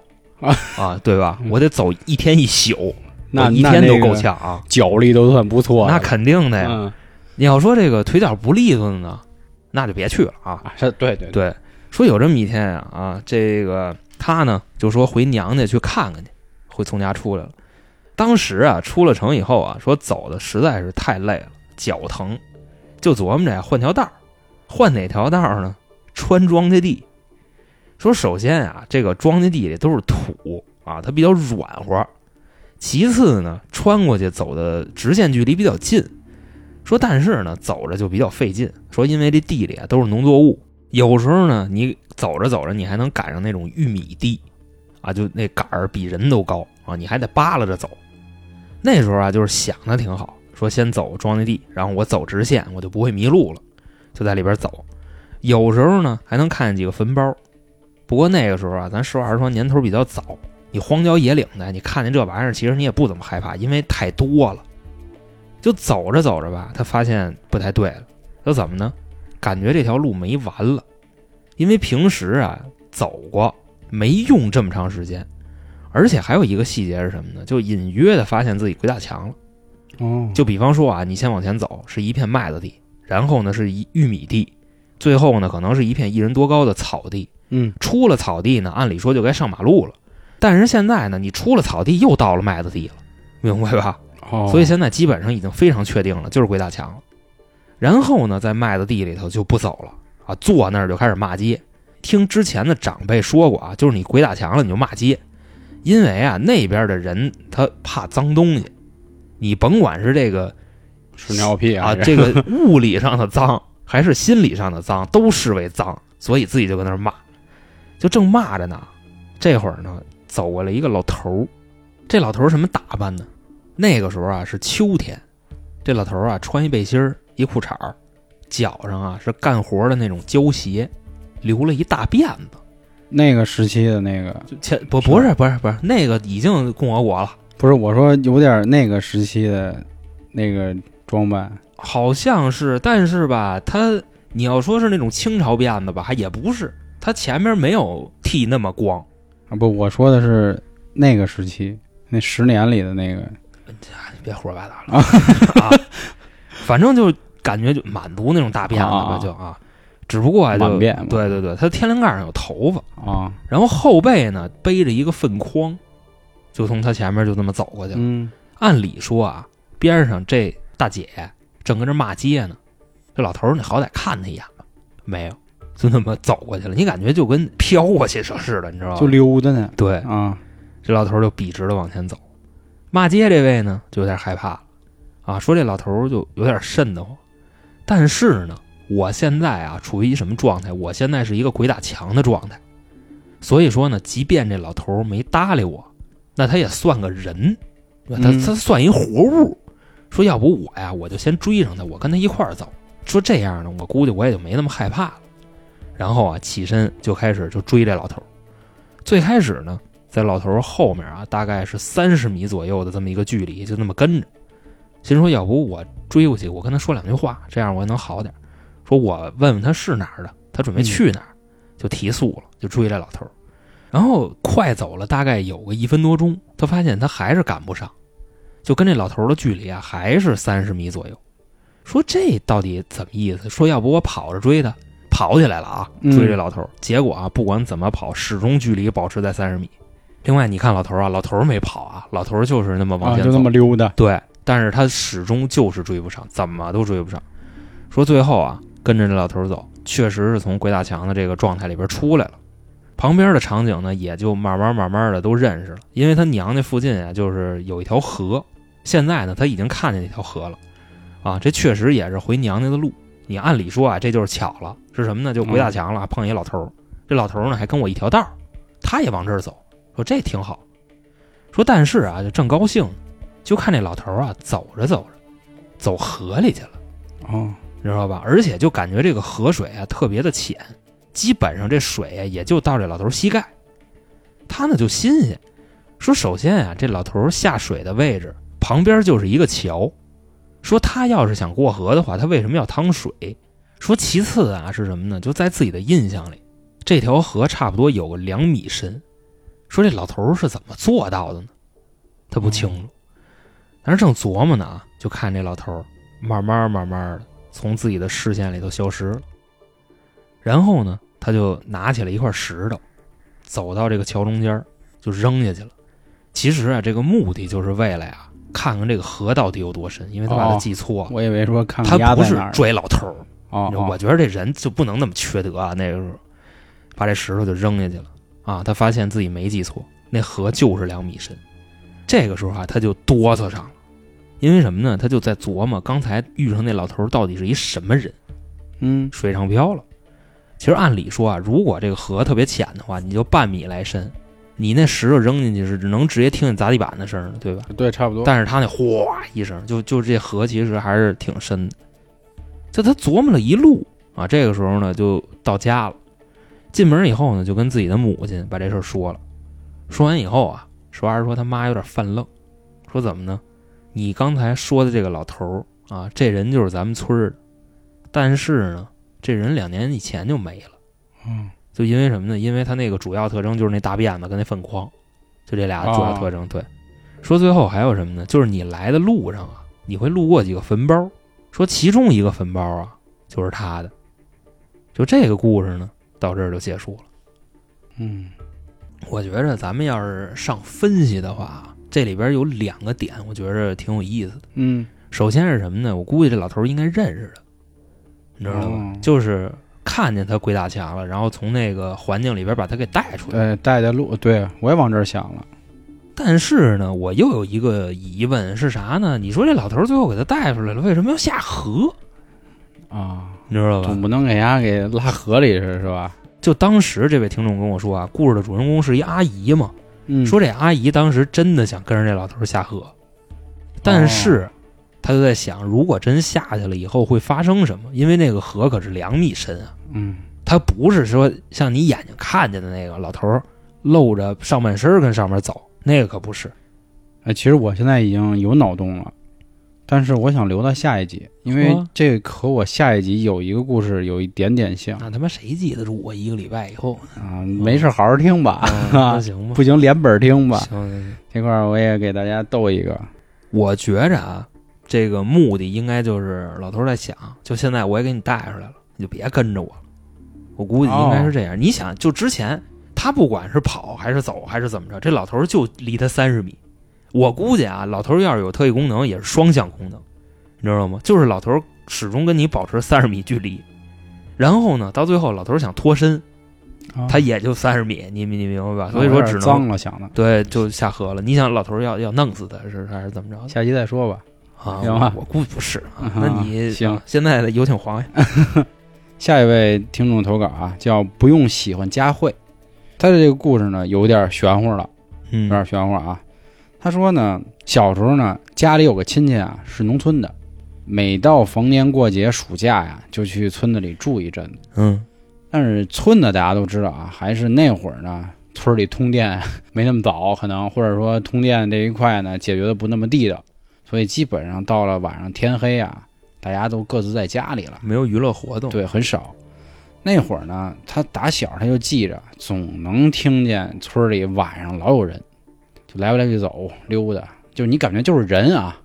啊对吧？我得走一天一宿，那我一天都够，呛啊。那那个脚力都算不错了。那肯定的呀！嗯你要说这个腿脚不利索的呢，那就别去了啊。啊，是对对，对，说有这么一天呀、啊，这个他呢就说回娘家去看看去，回从家出来了。当时啊，出了城以后啊，说走的实在是太累了，脚疼，就琢磨着呀换条道儿，换哪条道儿呢？穿庄稼地。说首先啊，这个庄稼地里都是土啊，它比较软和。其次呢，穿过去走的直线距离比较近。说但是呢，走着就比较费劲。说因为这地里啊都是农作物，有时候呢，你走着走着，你还能赶上那种玉米地，啊，就那杆儿比人都高啊，你还得扒拉着走。那时候啊，就是想的挺好，说先走庄稼地，然后我走直线，我就不会迷路了，就在里边走。有时候呢，还能看见几个坟包。不过那个时候啊，咱实话实说，年头比较早，你荒郊野岭的，你看见这玩意儿，其实你也不怎么害怕，因为太多了。就走着走着吧，他发现不太对了，他怎么呢？感觉这条路没完了，因为平时啊走过没用这么长时间，而且还有一个细节是什么呢？就隐约的发现自己鬼打墙了。哦，就比方说啊，你先往前走是一片麦子地，然后呢是一玉米地，最后呢可能是一片一人多高的草地。嗯，出了草地呢，按理说就该上马路了，但是现在呢，你出了草地又到了麦子地了， <laughs> 明白吧？哦，所以现在基本上已经非常确定了，就是鬼打墙了。然后呢，在麦子地里头就不走了啊，坐那儿就开始骂街。听之前的长辈说过啊，就是你鬼打墙了你就骂街，因为啊那边的人他怕脏东西，你甭管是这个屎尿屁啊这这个物理上的脏还是心理上的脏，都视为脏，所以自己就搁那儿骂，就正骂着呢。这会儿呢，走过来一个老头儿，这老头儿什么打扮呢？那个时候啊是秋天，这老头儿啊穿一背心儿一裤衩儿，脚上啊是干活的那种胶鞋，留了一大辫子。那个时期的那个，就前不不是不是不是那个已经共和国了，不是我说有点那个时期的那个装扮，好像是，但是吧，他你要说是那种清朝辫子吧，还也不是，他前面没有剃那么光。啊，不，我说的是那个时期，那十年里的那个，别胡说八道了 <laughs> 啊！反正就感觉就满族那种大辫子啊吧，就啊，只不过啊就满辫嘛对对对，他天灵盖上有头发，啊，然后后背呢背着一个粪筐，就从他前面就这么走过去了。嗯，按理说啊，边上这大姐正跟这骂街呢，这老头儿你好歹看他一眼吧，没有，就那么走过去了。你感觉就跟飘过去似的，你知道吧？就溜达呢，对，啊，这老头儿就笔直的往前走。骂街这位呢，就有点害怕了啊，说这老头儿就有点瘆得慌。但是呢，我现在啊处于一什么状态？我现在是一个鬼打墙的状态，所以说呢，即便这老头儿没搭理我，那他也算个人，对吧他嗯他算一活物。说要不我呀，我就先追上他，我跟他一块儿走。说这样呢，我估计我也就没那么害怕了。然后啊，起身就开始就追这老头儿。最开始呢，在老头儿后面啊，大概是三十米左右的这么一个距离，就那么跟着。心说，要不我追过去，我跟他说两句话，这样我也能好点儿。说我问问他是哪儿的，他准备去哪儿，就提速了，就追这老头儿。然后快走了大概有个一分多钟，他发现他还是赶不上，就跟这老头儿的距离啊还是三十米左右。说这到底怎么意思？说要不我跑着追他，跑起来了啊，嗯追这老头儿。结果啊，不管怎么跑，始终距离保持在三十米。另外，你看老头儿啊，老头儿没跑啊，老头儿就是那么往啊，前就走，那么溜达，对，但是他始终就是追不上，怎么都追不上。说最后啊，跟着这老头儿走，确实是从鬼打墙的这个状态里边出来了。旁边的场景呢，也就慢慢慢慢的都认识了，因为他娘家附近啊，就是有一条河。现在呢，他已经看见那条河了，啊，这确实也是回娘家的路。你按理说啊，这就是巧了，是什么呢？就鬼打墙了，碰一老头儿。这老头儿呢还跟我一条道儿，他也往这儿走，说这挺好。说但是啊，就正高兴，就看这老头儿啊走着走着，走河里去了，哦，你知道吧？而且就感觉这个河水啊特别的浅，基本上这水啊也就到这老头儿膝盖。他呢就新鲜，说首先啊，这老头儿下水的位置旁边就是一个桥，说他要是想过河的话，他为什么要趟水？说其次啊是什么呢？就在自己的印象里，这条河差不多有个两米深。说这老头儿是怎么做到的呢？他不清楚。但是正琢磨呢啊，就看这老头儿慢慢慢慢的从自己的视线里头消失了。然后呢，他就拿起了一块石头，走到这个桥中间儿就扔下去了。其实啊，这个目的就是为了呀、看看这个河到底有多深，因为他把它哦记错了。我以为说看看他鸭不在是哪儿。追老头儿，哦你知道哦，我觉得这人就不能那么缺德啊！那个时候，把这石头就扔下去了啊！他发现自己没记错，那河就是两米深。这个时候啊，他就哆嗦上了，因为什么呢？他就在琢磨刚才遇上那老头儿到底是一什么人，嗯，水上漂了。其实按理说啊，如果这个河特别浅的话，你就半米来深，你那石头扔进去是能直接听见砸地板的声儿的，对吧？对，差不多。但是他那哗一声，就就这河其实还是挺深的。就他琢磨了一路啊，这个时候呢就到家了。进门以后呢，就跟自己的母亲把这事儿说了。说完以后啊，说二说他妈有点犯愣，说怎么呢？你刚才说的这个老头儿啊，这人就是咱们村儿的，但是呢，这人两年以前就没了。嗯，就因为什么呢？因为他那个主要特征就是那大辫子跟那粪筐，就这俩主要特征。对，说最后还有什么呢？就是你来的路上啊，你会路过几个坟包，说其中一个坟包啊就是他的。就这个故事呢，到这儿就结束了。嗯，我觉着咱们要是上分析的话，这里边有两个点，我觉着挺有意思的。嗯，首先是什么呢？我估计这老头儿应该认识的，你知道吗？哦就是看见他鬼打墙了，然后从那个环境里边把他给带出来。对，呃带带路，对我也往这儿想了。但是呢，我又有一个疑问是啥呢？你说这老头儿最后给他带出来了，为什么要下河？啊，你知道吧总？不能给鸭给拉河里是是吧？就当时这位听众跟我说啊，故事的主人公是一阿姨嘛，嗯，说这阿姨当时真的想跟着这老头儿下河，但哦是她就在想，如果真下去了以后会发生什么？因为那个河可是两米深啊，嗯，它不是说像你眼睛看见的那个老头儿露着上半身儿跟上面走，那个可不是。哎，其实我现在已经有脑洞了，但是我想留到下一集，因为哦这个和我下一集有一个故事有一点点像那他妈谁记得住我一个礼拜以后啊。没事，好好听吧，啊？ <laughs> 那行吧，不行连本儿听吧。行行，行这块儿我也给大家逗一啊个，我觉着啊，这个目的应该就是老头儿在想，就现在我也给你带出来了，你就别跟着我了。我估计应该是这样。你想，就之前他不管是跑还是走还是怎么着，这老头儿就离他三十米。我估计啊，老头儿要是有特异功能，也是双向功能，你知道吗？就是老头儿始终跟你保持三十米距离，然后呢，到最后老头儿想脱身，他也就三十米，你明你明白吧？所以说啊有点只能脏了想的，对，就下河了。你想，老头儿要要弄死他是还是怎么着的？下集再说吧。啊，行吧我估计不是啊啊。那你行，现在的有请黄爷。下一位听众投稿啊，叫不用喜欢佳慧，他的这个故事呢有点玄乎了。有点嗯玄乎啊。他说呢，小时候呢，家里有个亲戚啊，是农村的，每到逢年过节、暑假呀，就去村子里住一阵子。嗯，但是村子大家都知道啊，还是那会儿呢，村里通电 <laughs> 没那么早，可能或者说通电这一块呢，解决的不那么地道，所以基本上到了晚上天黑啊，大家都各自在家里了。没有娱乐活动。对，很少。那会儿呢，他打小他就记着，总能听见村儿里晚上老有人，就来回来去走溜达，就你感觉就是人啊。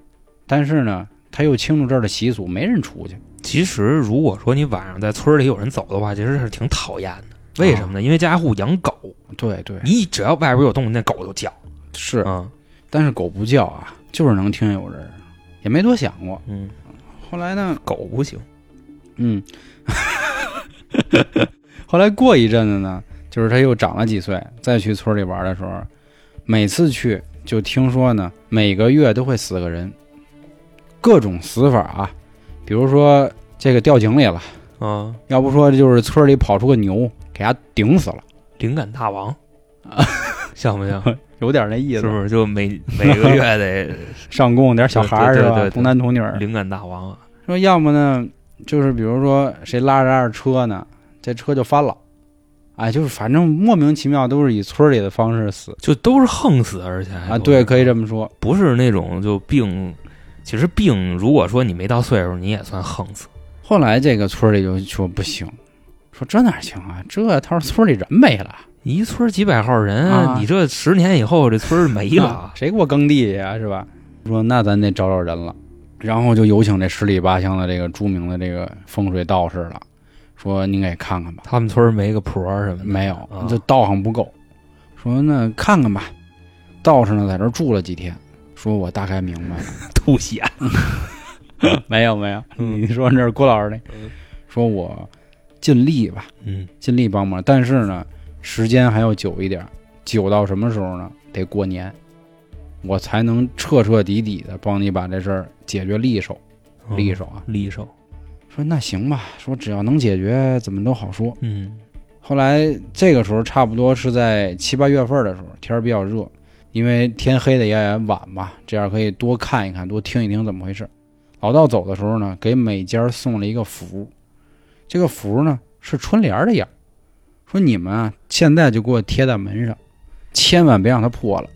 但是呢，他又清楚这儿的习俗，没人出去。其实如果说你晚上在村里有人走的话，其实是挺讨厌的。为什么呢？因为家家户户养狗，对啊对，你只要外边有动静，那狗就叫。是，啊，但是狗不叫啊，就是能听见有人儿，也没多想过。嗯，后来呢，狗不行。嗯， <laughs> 后来过一阵子呢，就是他又长了几岁，再去村里玩的时候，每次去就听说呢，每个月都会死个人，各种死法啊，比如说这个掉井里了，啊要不说就是村里跑出个牛，给他顶死了，灵感大王，啊 <laughs> 像 <laughs> 不像？有点那意是思，不是就每 <laughs> 每个月得上供点小孩儿对是对吧？对对童男童女儿，灵感大王啊？说要么呢，就是比如说谁拉着拉着车呢，这车就翻了，哎，就是反正莫名其妙都是以村里的方式死就都是横死，而且还啊，都是对，可以这么说，不是那种就病。其实病，如果说你没到岁数，你也算横死。后来这个村里就说不行，说这哪行啊？这他说村里人没了，一村几百号人，啊你这十年以后这村儿哎没了，谁给我耕地呀、是吧？说那咱得找找人了，然后就有请这十里八乡的这个著名的这个风水道士了，说您给看看吧，他们村儿没个婆儿什么的，没有啊，这道行不够。说那看看吧，道士呢在这儿住了几天，说我大概明白了， <laughs> 吐血。 <laughs> 没有没有，嗯你说那是郭老师那嗯，说我尽力吧，嗯，尽力帮忙，但是呢，时间还要久一点儿，久到什么时候呢？得过年，我才能彻彻底底的帮你把这事儿解决利手，嗯利手啊。利手，说那行吧，说只要能解决，怎么都好说。嗯后来这个时候差不多是在七八月份的时候，天儿比较热，因为天黑的也晚嘛，这样可以多看一看，多听一听怎么回事。老道走的时候呢，给每家送了一个符，这个符呢是春联儿的样儿，说你们啊现在就给我贴在门上，千万别让它破了，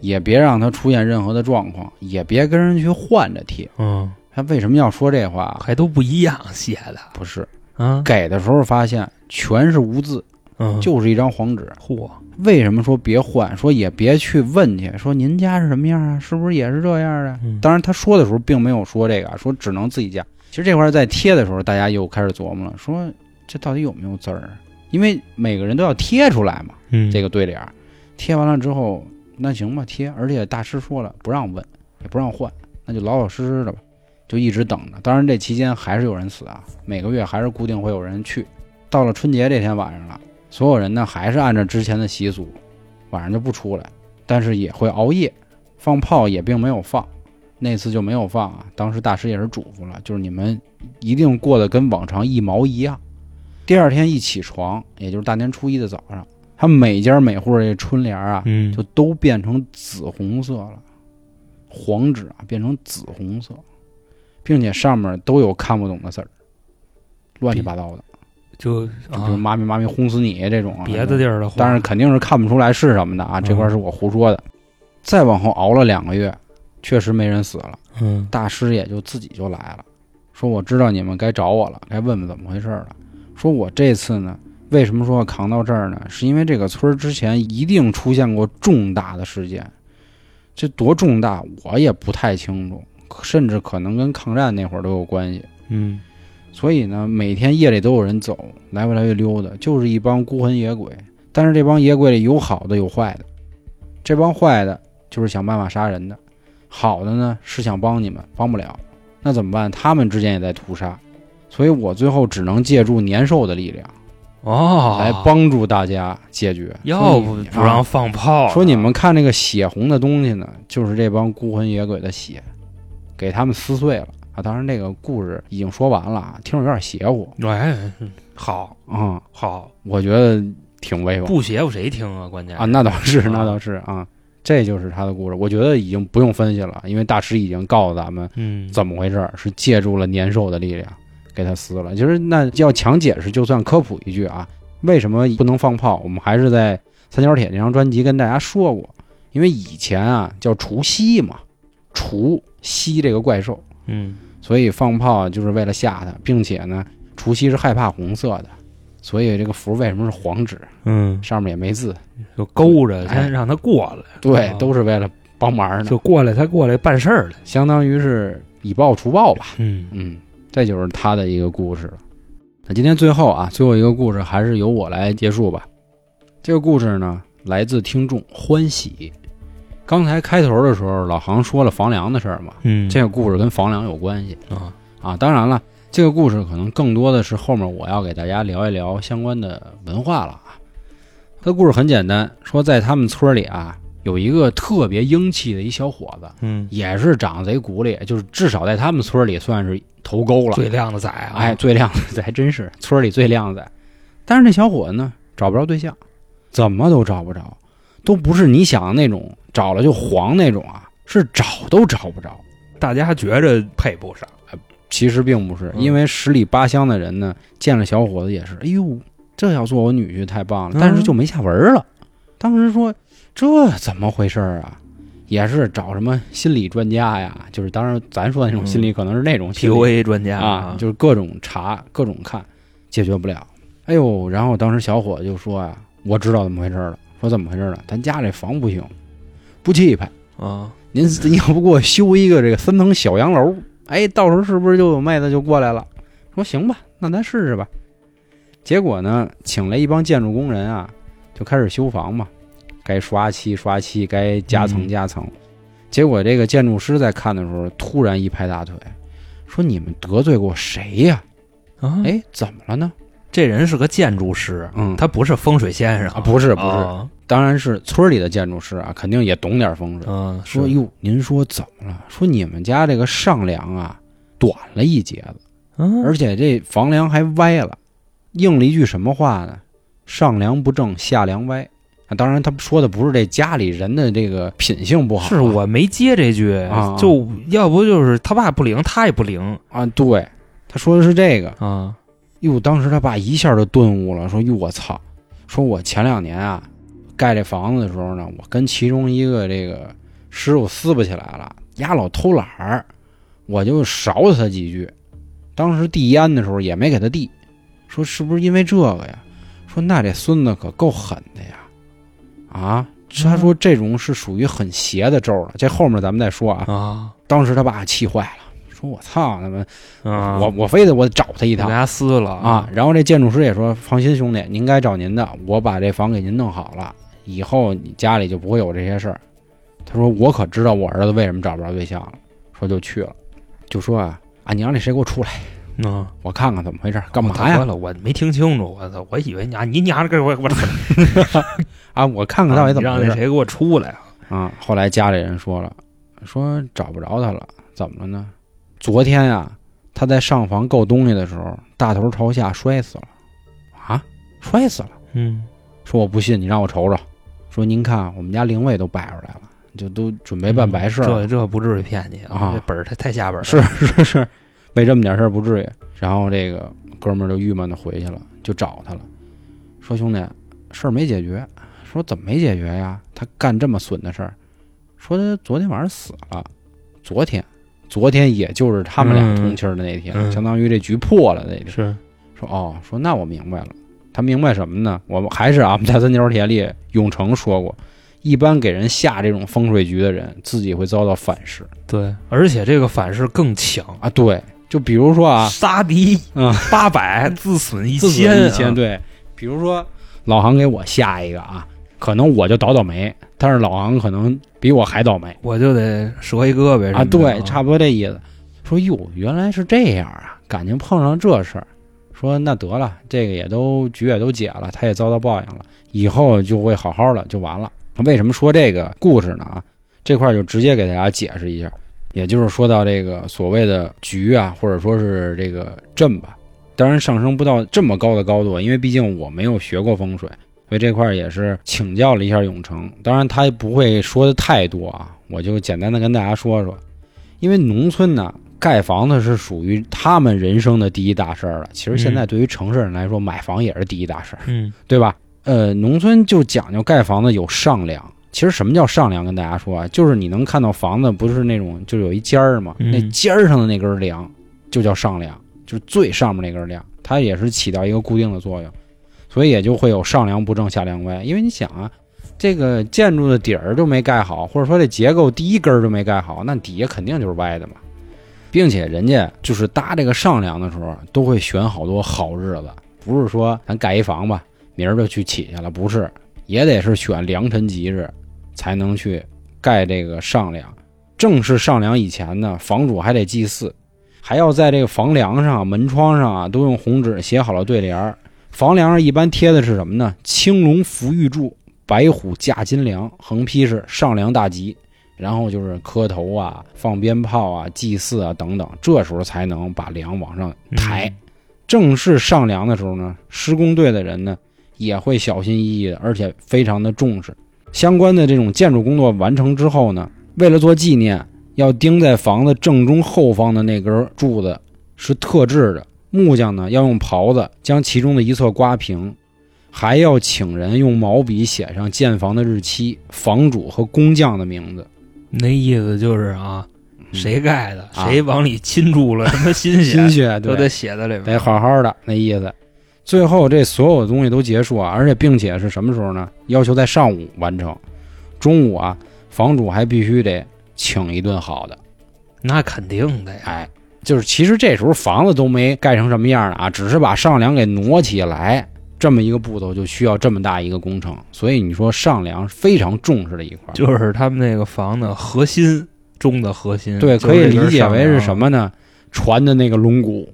也别让它出现任何的状况，也别跟人去换着贴。嗯，他为什么要说这话？啊还都不一样写的不是啊，给的时候发现全是无字，嗯，就是一张黄纸。嚯，为什么说别换？说也别去问去，说您家是什么样啊？是不是也是这样啊？嗯当然，他说的时候并没有说这个啊，说只能自己家。其实这块儿在贴的时候，大家又开始琢磨了，说这到底有没有字儿啊？因为每个人都要贴出来嘛，嗯，这个个对联儿。贴完了之后，那行吧，贴。而且大师说了，不让问，也不让换，那就老老实实的吧，就一直等着。当然，这期间还是有人死啊，每个月还是固定会有人去。到了春节这天晚上了，所有人呢还是按照之前的习俗，晚上就不出来，但是也会熬夜，放炮也并没有放。啊那次就没有放啊，当时大师也是嘱咐了，就是你们一定过得跟往常一毛一样。第二天一起床，也就是大年初一的早上，他每家每户这春联啊，嗯，就都变成紫红色了，黄纸啊变成紫红色，并且上面都有看不懂的字儿，乱七八糟的，就就比如啊，妈咪妈咪轰死你这种啊，别的地儿的话，当然肯定是看不出来是什么的啊，这块是我胡说的。再往后熬了两个月，确实没人死了，嗯大师也就自己就来了，说我知道你们该找我了，该问问怎么回事儿了。说我这次呢，为什么说要扛到这儿呢？是因为这个村儿之前一定出现过重大的事件，这多重大我也不太清楚，甚至可能跟抗战那会儿都有关系。嗯，所以呢，每天夜里都有人走，来回来回溜达，就是一帮孤魂野鬼。但是这帮野鬼里有好的，有坏的。这帮坏的就是想办法杀人的，好的呢是想帮你们，帮不了。那怎么办？他们之间也在屠杀，所以我最后只能借助年兽的力量哦，来，帮助大家解决。要所不以不让放炮啊了，说你们看这个血红的东西呢，就是这帮孤魂野鬼的血，给他们撕碎了啊！当然，这个故事已经说完了，啊，听着有点邪乎哎，好啊。嗯好，我觉得挺威风不邪乎谁听啊？关键啊，那倒是，啊那倒是啊，这就是他的故事。我觉得已经不用分析了，因为大师已经告诉咱们嗯，怎么回事儿，是借助了年兽的力量给他撕了。其实那要强解释，就算科普一句啊，为什么不能放炮？我们还是在《三角铁》那张专辑跟大家说过，因为以前啊叫除夕嘛，除夕这个怪兽，嗯所以放炮就是为了吓他，并且呢，除夕是害怕红色的，所以这个符为什么是黄纸？嗯，上面也没字，就勾着哎先让他过来，对，啊都是为了帮忙的，就过来，他过来办事儿来，相当于是以暴除暴吧。嗯嗯，这就是他的一个故事了。那今天最后啊，最后一个故事还是由我来结束吧。这个故事呢，来自听众欢喜。刚才开头的时候，老航说了房梁的事儿嘛，嗯，这个故事跟房梁有关系啊，啊。当然了，这个故事可能更多的是后面我要给大家聊一聊相关的文化了啊。这故事很简单，说在他们村里啊，有一个特别英气的一小伙子，嗯，也是长得贼骨力，就是至少在他们村里算是头沟了。哎最靓的仔啊， <laughs> 哎，最靓的还真是村里最靓的。但是这小伙子呢，找不着对象，怎么都找不着，都不是你想的那种找了就黄那种啊，是找都找不着。大家觉着配不上，其实并不是，嗯因为十里八乡的人呢，见了小伙子也是，哎呦，这要做我女婿太棒了嗯，但是就没下文儿了。当时说这怎么回事儿啊？也是找什么心理专家呀，就是当然咱说的嗯那种心理，可能是那种心理 PUA 专家啊，就是各种查、各种看，解决不了。哎呦，然后当时小伙子就说呀、我知道怎么回事儿了，说怎么回事儿了，咱家这房不行，不气派。啊，您您 <laughs> 要不给我修一个这个三层小洋楼？哎，到时候是不是就有妹子就过来了？说行吧，那咱试试吧。结果呢，请来一帮建筑工人啊，就开始修房嘛，该刷漆刷漆，该加层嗯加层。结果这个建筑师在看的时候，突然一拍大腿，说：“你们得罪过谁呀、啊，哎，怎么了呢？这人是个建筑师，嗯他不是风水先生啊，不是不是，啊当然是村里的建筑师啊，肯定也懂点风水。嗯，是说哟，您说怎么了？说你们家这个上梁啊短了一截子，嗯而且这房梁还歪了，应了一句什么话呢？上梁不正下梁歪。啊，当然他说的不是这家里人的这个品性不好啊、是我没接这句，啊啊就要不就是他爸不灵，他也不灵啊，对，他说的是这个。啊，哟，当时他爸一下就顿悟了，说哟我操，说我前两年啊盖这房子的时候呢，我跟其中一个这个师傅撕不起来了，丫老偷懒儿，我就勺他几句。当时递烟的时候也没给他递，说是不是因为这个呀？说那这孙子可够狠的呀！啊，他说这种是属于很邪的咒了，这后面咱们再说啊。啊当时他爸气坏了，说我操他妈，啊，我我非得我找他一给大趟。家撕了啊，，然后这建筑师也说：“放心，兄弟，您该找您的，我把这房给您弄好了，以后你家里就不会有这些事儿。”他说：“我可知道我儿子为什么找不着对象了。”说就去了，就说啊啊，你让那谁给我出来，嗯，我看看怎么回事儿，干我嘛他妈呀？了，我没听清楚，我操，我以为你啊，你娘的给我 <laughs> 我操，啊，我看看到底怎么让回那事儿谁给我出来啊？啊。后来家里人说了，说找不着他了，怎么了呢？昨天啊，他在上房够东西的时候，大头朝下摔死了，啊，摔死了。嗯说我不信，你让我瞅瞅。说您看，我们家灵位都摆出来了，就都准备嗯办白事儿了。这这不至于骗你啊这本儿太太下本儿了是是是，为这么点事儿不至于。然后这个哥们儿就郁闷的回去了，就找他了，说兄弟，事儿没解决。说怎么没解决呀？他干这么损的事儿。说他昨天晚上死了，昨天，昨天也就是他们俩嗯通气儿的那天，嗯相当于这局破了那天。是说哦，说那我明白了。他明白什么呢？我们还是啊，我们在三角铁里，永成说过，一般给人下这种风水局的人，自己会遭到反噬对，而且这个反噬更强啊。对，就比如说啊，杀敌嗯八百， <laughs> 自损一自己千，啊以前对，比如说老航给我下一个啊，可能我就倒倒霉，但是老航可能比我还倒霉我就得折一胳膊什么的啊。对，差不多这意思。说哟，原来是这样啊，感情碰上这事儿。说那得了，这个也都局也都解了，他也遭到报应了，以后就会好好的，就完了。为什么说这个故事呢？啊，这块儿就直接给大家解释一下，也就是说到这个所谓的局啊，或者说是这个阵吧，当然上升不到这么高的高度，因为毕竟我没有学过风水，所以这块儿也是请教了一下永成。当然他不会说的太多啊，我就简单的跟大家说说。因为农村呢，盖房子是属于他们人生的第一大事儿了。其实现在对于城市人来说，买房也是第一大事儿，嗯对吧？呃，农村就讲究盖房子有上梁。其实什么叫上梁？跟大家说啊，就是你能看到房子不是那种就有一尖儿嘛，嗯那尖儿上的那根梁就叫上梁，就是最上面那根梁，它也是起到一个固定的作用，所以也就会有上梁不正下梁歪。因为你想啊，这个建筑的底儿就没盖好，或者说这结构第一根儿就没盖好，那底下肯定就是歪的嘛。并且人家就是搭这个上梁的时候，都会选好多好日子，不是说咱盖一房吧，明儿就去起去了，不是，也得是选良辰吉日才能去盖这个上梁。正式上梁以前呢，房主还得祭祀，还要在这个房梁上、门窗上啊，都用红纸写好了对联儿。房梁上一般贴的是什么呢？青龙伏玉柱，白虎驾金梁，横批是上梁大吉。然后就是磕头啊、放鞭炮啊、祭祀啊等等，这时候才能把梁往上抬。嗯正式上梁的时候呢，施工队的人呢也会小心翼翼的，而且非常的重视。相关的这种建筑工作完成之后呢，为了做纪念，要钉在房子正中后方的那根柱子是特制的，木匠呢要用刨子将其中的一侧刮平，还要请人用毛笔写上建房的日期、房主和工匠的名字。那意思就是啊，谁盖的，嗯啊谁往里侵注了什 <laughs> 么心血，心血嗯都对得写在里边。得好好的那意思。最后这所有的东西都结束啊，而且并且是什么时候呢？要求在上午完成，中午啊，房主还必须得请一顿好的。那肯定的呀。哎，就是其实这时候房子都没盖成什么样呢啊，只是把上梁给挪起来，这么一个步骤就需要这么大一个工程，所以你说上梁是非常重视的一块儿，就是他们那个房的核心中的核心，对，嗯就可以这根理解上啊为梁是什？么呢？船的那个龙骨，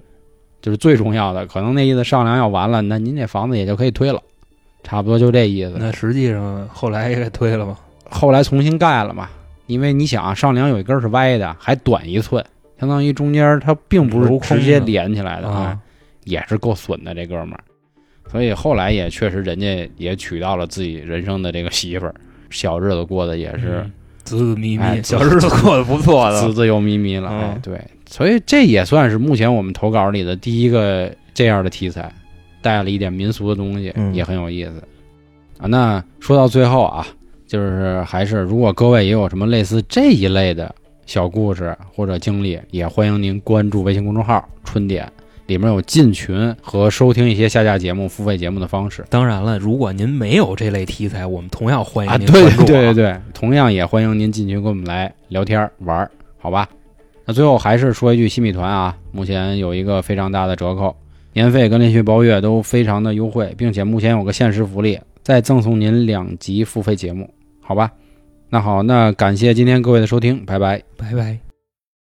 就是最重要的。可能那意思上梁要完了，那您这房子也就可以推了，差不多就这意思。那实际上后来也给推了嘛。后来重新盖了嘛，因为你想啊，上梁有一根是歪的，还短一寸，相当于中间它并不是镂空直接的连起来的，哎啊，也是够损的这哥们儿。所以后来也确实，人家也娶到了自己人生的这个媳妇儿，小日子过得也是。嗯子子迷哎迷，小日子过得不错 <laughs> 滋的。滋又咪咪了。嗯哎，对，所以这也算是目前我们投稿里的第一个这样的题材，带了一点民俗的东西，嗯也很有意思啊。那说到最后啊，就是还是如果各位也有什么类似这一类的小故事或者经历，也欢迎您关注微信公众号“春点”，里面有进群和收听一些下架节目、付费节目的方式。当然了，如果您没有这类题材，我们同样欢啊，迎您对关对注、对对，对，同样也欢迎您进群跟我们来聊天儿玩儿，好吧？那最后还是说一句新米团啊，目前有一个非常大的折扣，年费跟连续包月都非常的优惠，并且目前有个限时福利，再赠送您两集付费节目，好吧？那好，那感谢今天各位的收听，拜拜。拜拜。